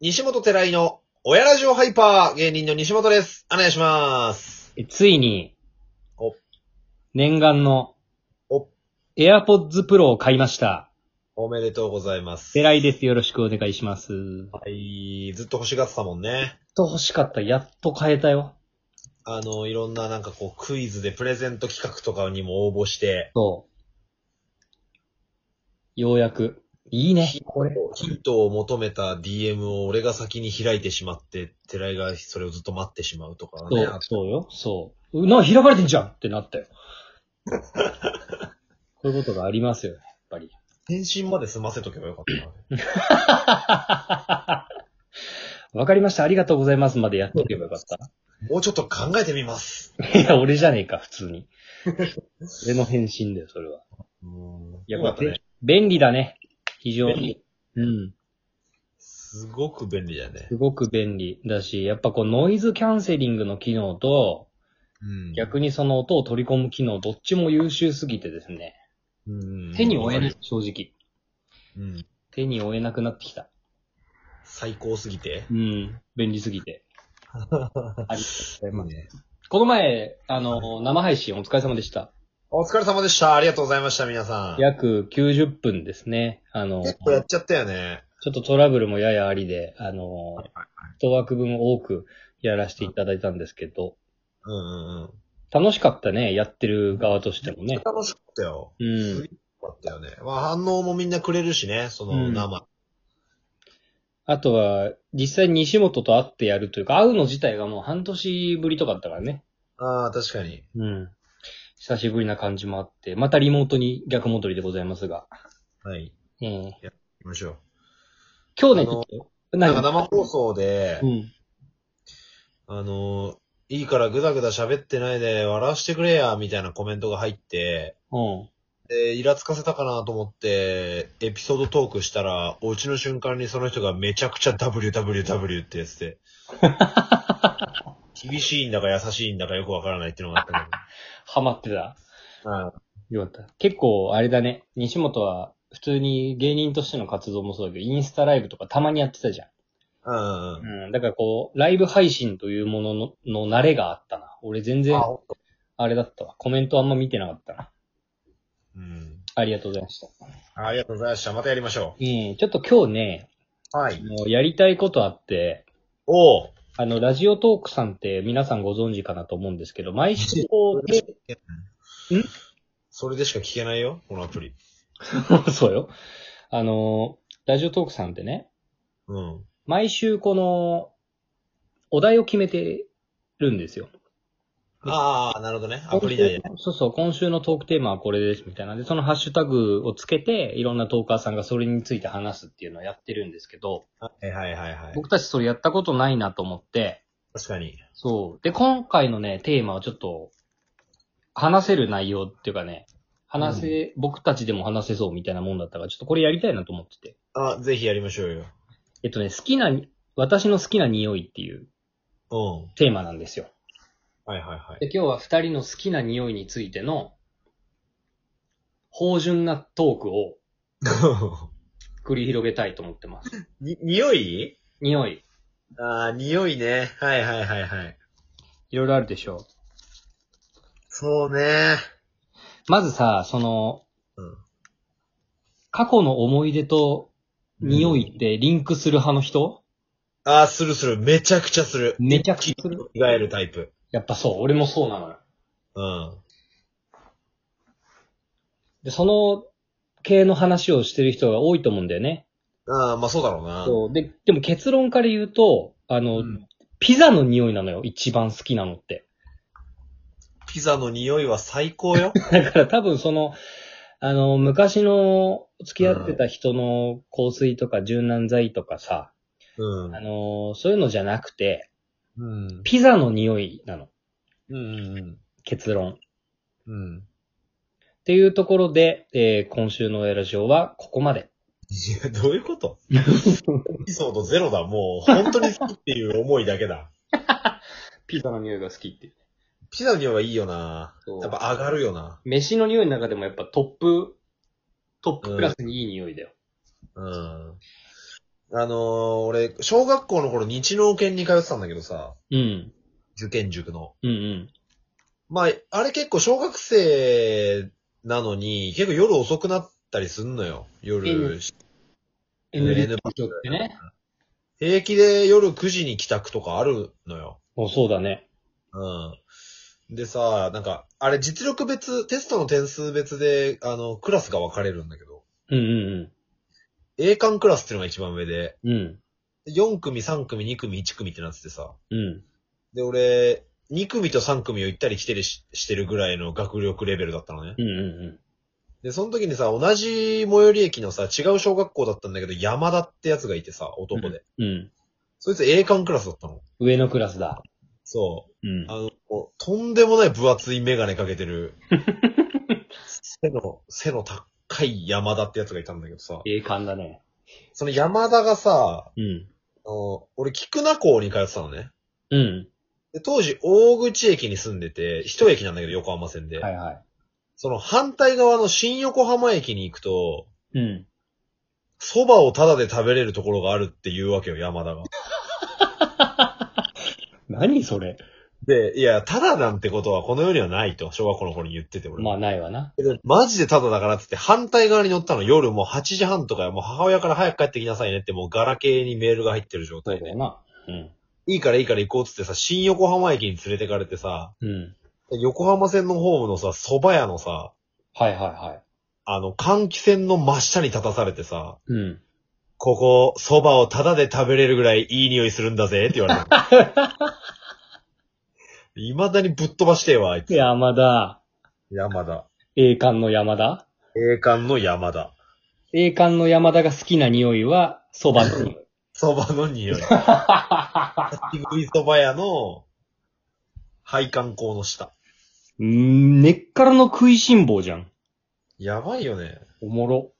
西本寺井の親ラジオハイパー芸人の西本です。お願いします。えついにお、念願のお、 AirPods Pro を買いました。おめでとうございます。デライです。よろしくお願いします。はい、ずっと欲しがってたもんね。と欲しかった。やっと買えたよ。あの、いろんななんかこうクイズでプレゼント企画とかにも応募して、そう。ようやく。いいね。これ。ヒントを求めた DM を俺が先に開いてしまって、寺井がそれをずっと待ってしまうとかそね。う、そうよ。そう。うな、開かれてんじゃんってなったよ。 こういうことがありますよね、やっぱり。返信まで済ませとけばよかったな。わかりました。ありがとうございます。までやっておけばよかった。もうちょっと考えてみます。いや、俺じゃねえか、普通 に。俺の返信だよ、それは。うん。いや、よかったねべ。便利だね。非常便に。うん。すごく便利だよね。すごく便利だし、やっぱこうノイズキャンセリングの機能と、うん。逆にその音を取り込む機能、どっちも優秀すぎてですね。うん手に負えない、正直。うん。手に負えなくなってきた。最高すぎて。うん。便利すぎて。ありがとうございます。ねこの前、あの、生配信お疲れ様でした。お疲れ様でした。ありがとうございました、皆さん。約90分ですね。あの、結ち構やっょちゃったよね。っとトラブルもややありで、あの、一枠分多くやらせていただいたんですけど、うんうんうん。楽しかったね、やってる側としてもね。楽しかったよ。うすごん。かったよね。まあ反応もみんなくれるしね、そのうん生。あとは、実際に西本と会ってやるというか、会うの自体がもう半年ぶりとかだったからね。ああ、確かに。うん。久しぶりな感じもあって、またリモートに逆戻りでございますが。はい。ええ行きましょう。今日ね、あちょのっと、なん何か生放送で、うん。あの、いいからぐだぐだ喋ってないで笑わしてくれや、みたいなコメントが入って、うん。で、イラつかせたかなと思って、エピソードトークしたら、お家の瞬間にその人がめちゃくちゃ WWW ってやつ で。厳しいんだか優しいんだかよくわからないっていうのがあったハマってた。けど。うんよかった。結構、あれだね。西本は、普通に芸人としての活動もそうだけど、インスタライブとかたまにやってたじゃん。うんうん。うん。だからこう、ライブ配信というもののの慣れがあったな。俺全然あ、、ほんとあれだったわ。コメントあんま見てなかったな。うん。ありがとうございました。ありがとうございました。またやりましょうん、ちょっと今日ね、う。はい。もうやりたいことあって、おう。あの、ラジオトークさんって皆さんご存知かなと思うんですけど、毎週こう、テんそれでしか聞けないよ、このアプリ。ーマ そうよ。あの、ラジオトークさんってね、うん。毎週この、お題を決めてるんですよ。ああ、なるほどね。アプリ内で。今週そうそう、今週のトークテーマはこれです、みたいなんで、そのハッシュタグをつけて、いろんなトーカーさんがそれについて話すっていうのをやってるんですけど、はいはいはいはい。僕たちそれやったことないなと思って、確かに。そう。で、今回のね、テーマはちょっと、話せる内容っていうかね、話せ、僕たちでも話せそうみたいなもんだったから、ちょっとこれやりたいなと思ってて。あ、ぜひやりましょうよ。えっとね、好きなに、私の好きな匂いっていううん。テーマなんですよ。はいはいはい。で、今日は二人の好きな匂いについての、芳醇なトークを 繰り広げたいと思ってます。に、匂い匂い、ああ、匂いね。はいはいはいはい。いろいろあるでしょそうね。う。まずさ、その、うん過去の思い出と匂いってリンクする派の人、ああ、するする。めちゃくちゃする。めちゃくちゃする。着替えるタイプ。やっぱそう、俺もそうなのよ。うん。で、その系の話をしてる人が多いと思うんだよね。ああ、まあそうだろうな。そう。で、でも結論から言うと、あの、うんピザの匂いなのよ、一番好きなのって。ピザの匂いは最高 よ。だから多分その、あの、昔の付き合ってた人の香水とか柔軟剤とかさ、うんあ。の、そういうのじゃなくて、うん。ピザの匂いなの、うんうん結論。うん。うん。っていうところで、えー今週のエラジオはここまで。いや、どういうことエピソードゼロだ。もう、本当に好きっていう思いだけだ。 ピザの匂いが好きって。ピザの匂いはいいよな。そうやっぱ上がるよな。飯の匂いの中でもやっぱトップ、トップクラスにいい匂いだよ。うん。あのー、俺、小学校の頃、日農研に通ってたんだけどさ、うん。受験塾の。うんうん。まあ、あれ結構小学生なのに、結構夜遅くなったりすんのよ。夜、 N N ってね。平気で夜9時に帰宅とかあるのよ。もうそうだね。うん。でさ、なんか、あれ実力別、テストの点数別で、あの、クラスが分かれるんだけど、うんうん A 館クラスっていうのが一番上で、うん。うん。 4組、3組、2組、1組ってなっててさ、うん。で、俺、2組と3組を行ったり来てるししてるぐらいの学力レベルだったのね。うんうんで、その時にさ、同じ最寄り駅のさ、違う小学校だったんだけど、山田ってやつがいてさ、男で。うん。うん。そいつ A 館クラスだったの。上のクラスだ。そう。うんあ。の、こうとんでもない分厚いメガネかけてる、背の、 背の高い山田ってやつがいたんだけどさ、栄冠だね。その山田がさ、うん。あの俺、菊名校に通ってたのね。うん。で、当時、大口駅に住んでて、一駅なんだけど、横浜線で。はいはい。その反対側の新横浜駅に行くと、うん。蕎麦をタダで食べれるところがあるっていうわけよ、山田が。何それで、いや、タダなんてことはこの世にはないと、小学校の頃に言ってて、俺。まあないわな。でマジでタダだからってって、反対側に乗ったの夜もう8時半とかよもう母親から早く帰ってきなさいねって、もうガラケーにメールが入ってる状態だで。よな。うん。いいからいいから行こうっつってさ、新横浜駅に連れてかれてさ、うん。横浜線のホームのさ、蕎麦屋のさ、はいはいはあの、換気扇の真下に立たされてさ、い。うん。ここ、蕎麦をタダで食べれるぐらいいい匂いするんだぜって言われた。未だにぶっ飛ばしてえわ、あいつ。山田。山田。栄冠の山田栄冠の山田。栄冠の山田が好きな匂いは、蕎麦の匂い。 蕎麦の 匂い。立ち食いそば屋の、配管工の下。うん根っからの食いしん坊じゃん。やばいよね。おもろ。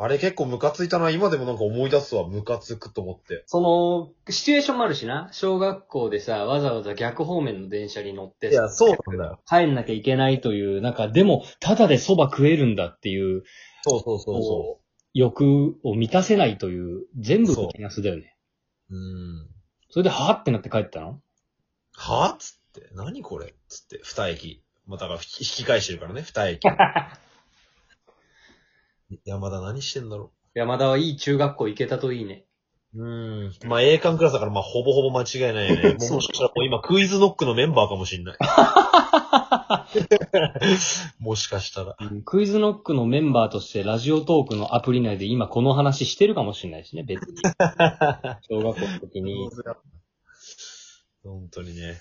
あれ結構ムカついたな。今でもなんか思い出すわ。ムカつくと思って。その、シチュエーションもあるしな。小学校でさ、わざわざ逆方面の電車に乗っていや、そうなんだよ。帰んなきゃいけないという、なんか、でも、ただで蕎麦食えるんだっていう、そうそうそうそこう欲を満たせないという、全部マイナスだよね。う。うん。それで、はぁってなって帰ったのはぁつって。何これつって。二駅。まあ、だから引き引き返してるからね。二 駅。山田何してんだろ山田はいい中学校行けたといいね。う。うん。まあ、栄冠クラスだから、まあ、ほぼほぼ間違いない よね。もうそうもしかしたらもう今、クイズノックのメンバーかもしんない。 もしかしたら。クイズノックのメンバーとして、ラジオトークのアプリ内で今この話してるかもしれないしね、別 に。小学校の時に。本当にね。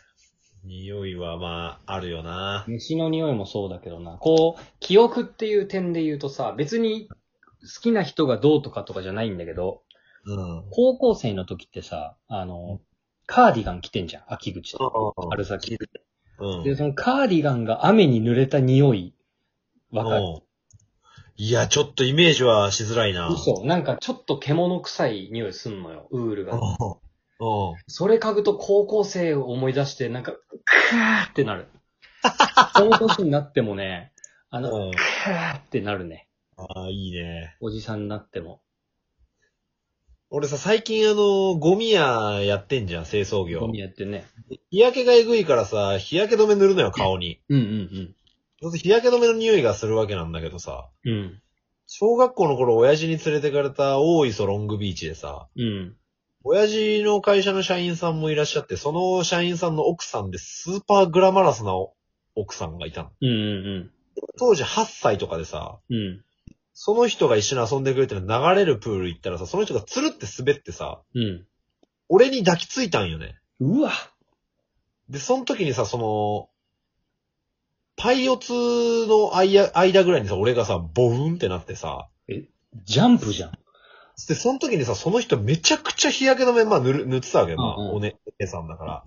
匂いはまあ、あるよな。飯の匂いもそうだけどな。こう、記憶っていう点で言うとさ、別に好きな人がどうとかとかじゃないんだけど、うん。高校生の時ってさ、あの、カーディガン着てんじゃん、秋口と。春先。うん。で、そのカーディガンが雨に濡れた匂い、わかる。うんいや、ちょっとイメージはしづらいな。嘘。なんかちょっと獣臭い匂いすんのよ、ウールうが。ん。うん。それ嗅ぐと高校生を思い出して、なんか、クーって なる。その年になってもね、あの、うんクーってなるね。ああ、いいね。おじさんになっても。俺さ、最近あの、ゴミ屋やってんじゃん、清掃業ゴ。ミやってね。日焼けがえぐいからさ、日焼け止め塗るのよ、顔に。うんうんそうすると日焼け止めの匂いがするわけなんだけどさ、うん。うん。小学校の頃親父に連れてかれた大磯ロングビーチでさ、うん。親父の会社の社員さんもいらっしゃって、その社員さんの奥さんでスーパーグラマラスな奥さんがいたの。うんうん当時8歳とかでさ、うん。うん。その人が一緒に遊んでくれてる流れるプール行ったらさ、その人がつるって滑ってさ、うん。俺に抱きついたんよね。うわで、その時にさ、その、パイオツの間間ぐらいにさ、俺がさ、ボウンってなってさ、ジャンプじゃん。で、その時にさ、その人めちゃくちゃ日焼け止め、まあ塗る、塗ってたわけよ、まあ、うんうんおね、お姉さんだから。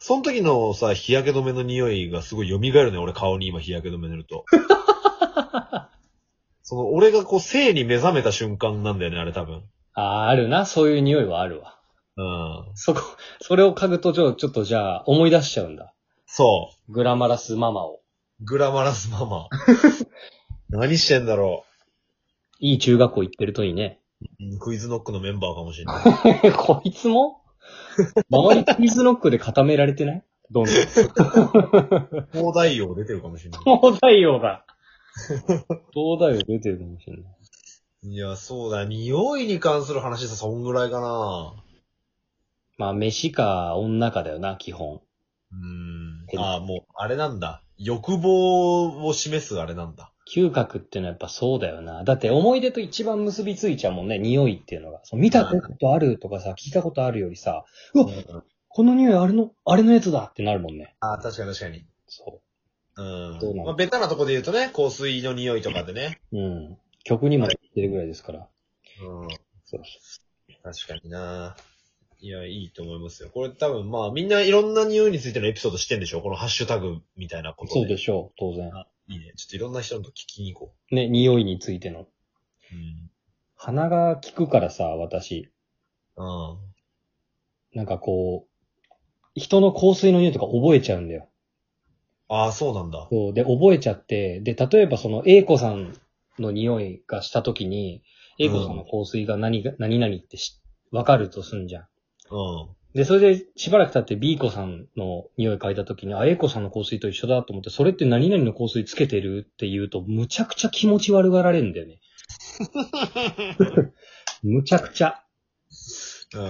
その時のさ、日焼け止めの匂いがすごい蘇るね、俺顔に今日焼け止め塗る と。その、俺がこう、性に目覚めた瞬間なんだよね、あれ多分。ああ、あるな。そういう匂いはあるわ。うん。そこ、それを嗅ぐと、ちょ、ちょっとじゃあ、思い出しちゃうんだ。そグラマラスママを。う。グラマラス ママ。何してんだろ いい中学校行ってるといいね。うんクイズノックのメンバーかもしれない。こいつも周りクイズノックで固められてないどんどん。東大王出てるかもしれない。東大王だ。東大王出てるかもしれない。いや、そうだ。匂いに関する話さ、そんぐらいかな。まあ、飯か女かだよな、基本。うーん。ああ、もう、あれなんだ。欲望を示すあれなんだ。嗅覚ってのはやっぱそうだよな。だって思い出と一番結びついちゃうもんね、匂いっていうのが。そう見たことあるとかさ、聞いたことあるよりさ、うわ、この匂いあれの、あれのやつだってなるもんね。ああ、確かに確かに。。そうどうなんのまあ、ベタなとこで言うとね、香水の匂いとかでね。。うん。曲にも出てるぐらいですから。うん。そう確かにな。いや、いいと思いますよ。これ多分まあ、みんないろんな匂いについてのエピソードしてんでしょこのハッシュタグみたいなことそうでししょう、当然。いいね。ちょっといろんな人のと聞きに行こね、匂いについての。う。うん。鼻が効くからさ、私。あなんかこう、人の香水の匂いとか覚えちゃうんだよ。あー、そうなんだ。そう。で、覚えちゃって、で、例えばその、A 子さんの匂いがしたときに、うん A 子さんの香水が何が、何々ってしわかるとすんじゃん。うん。で、それで、しばらく経って B 子さんの匂い嗅いだときに、あ、A 子さんの香水と一緒だと思って、それって何々の香水つけてるって言うと、むちゃくちゃ気持ち悪がられるんだよ ね。むちゃくちゃ。う。うん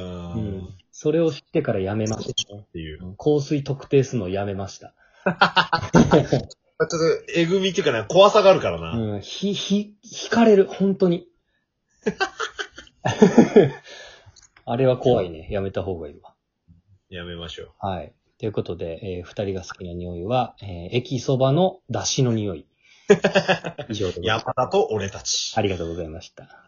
ん。それを知ってからやめました。っていう。ちょ香水特定するのをやめました。っと、えぐみっていうかね、怖さがあるからな。うん、ひ、ひ、惹かれる、本当に。 あれは怖いね。やめた方がいいわ。やめましょう。はい。ということで、えー二人が好きな匂いは、えー駅そばの出汁の匂い。以上でございます。山 田と俺たち。ありがとうございました。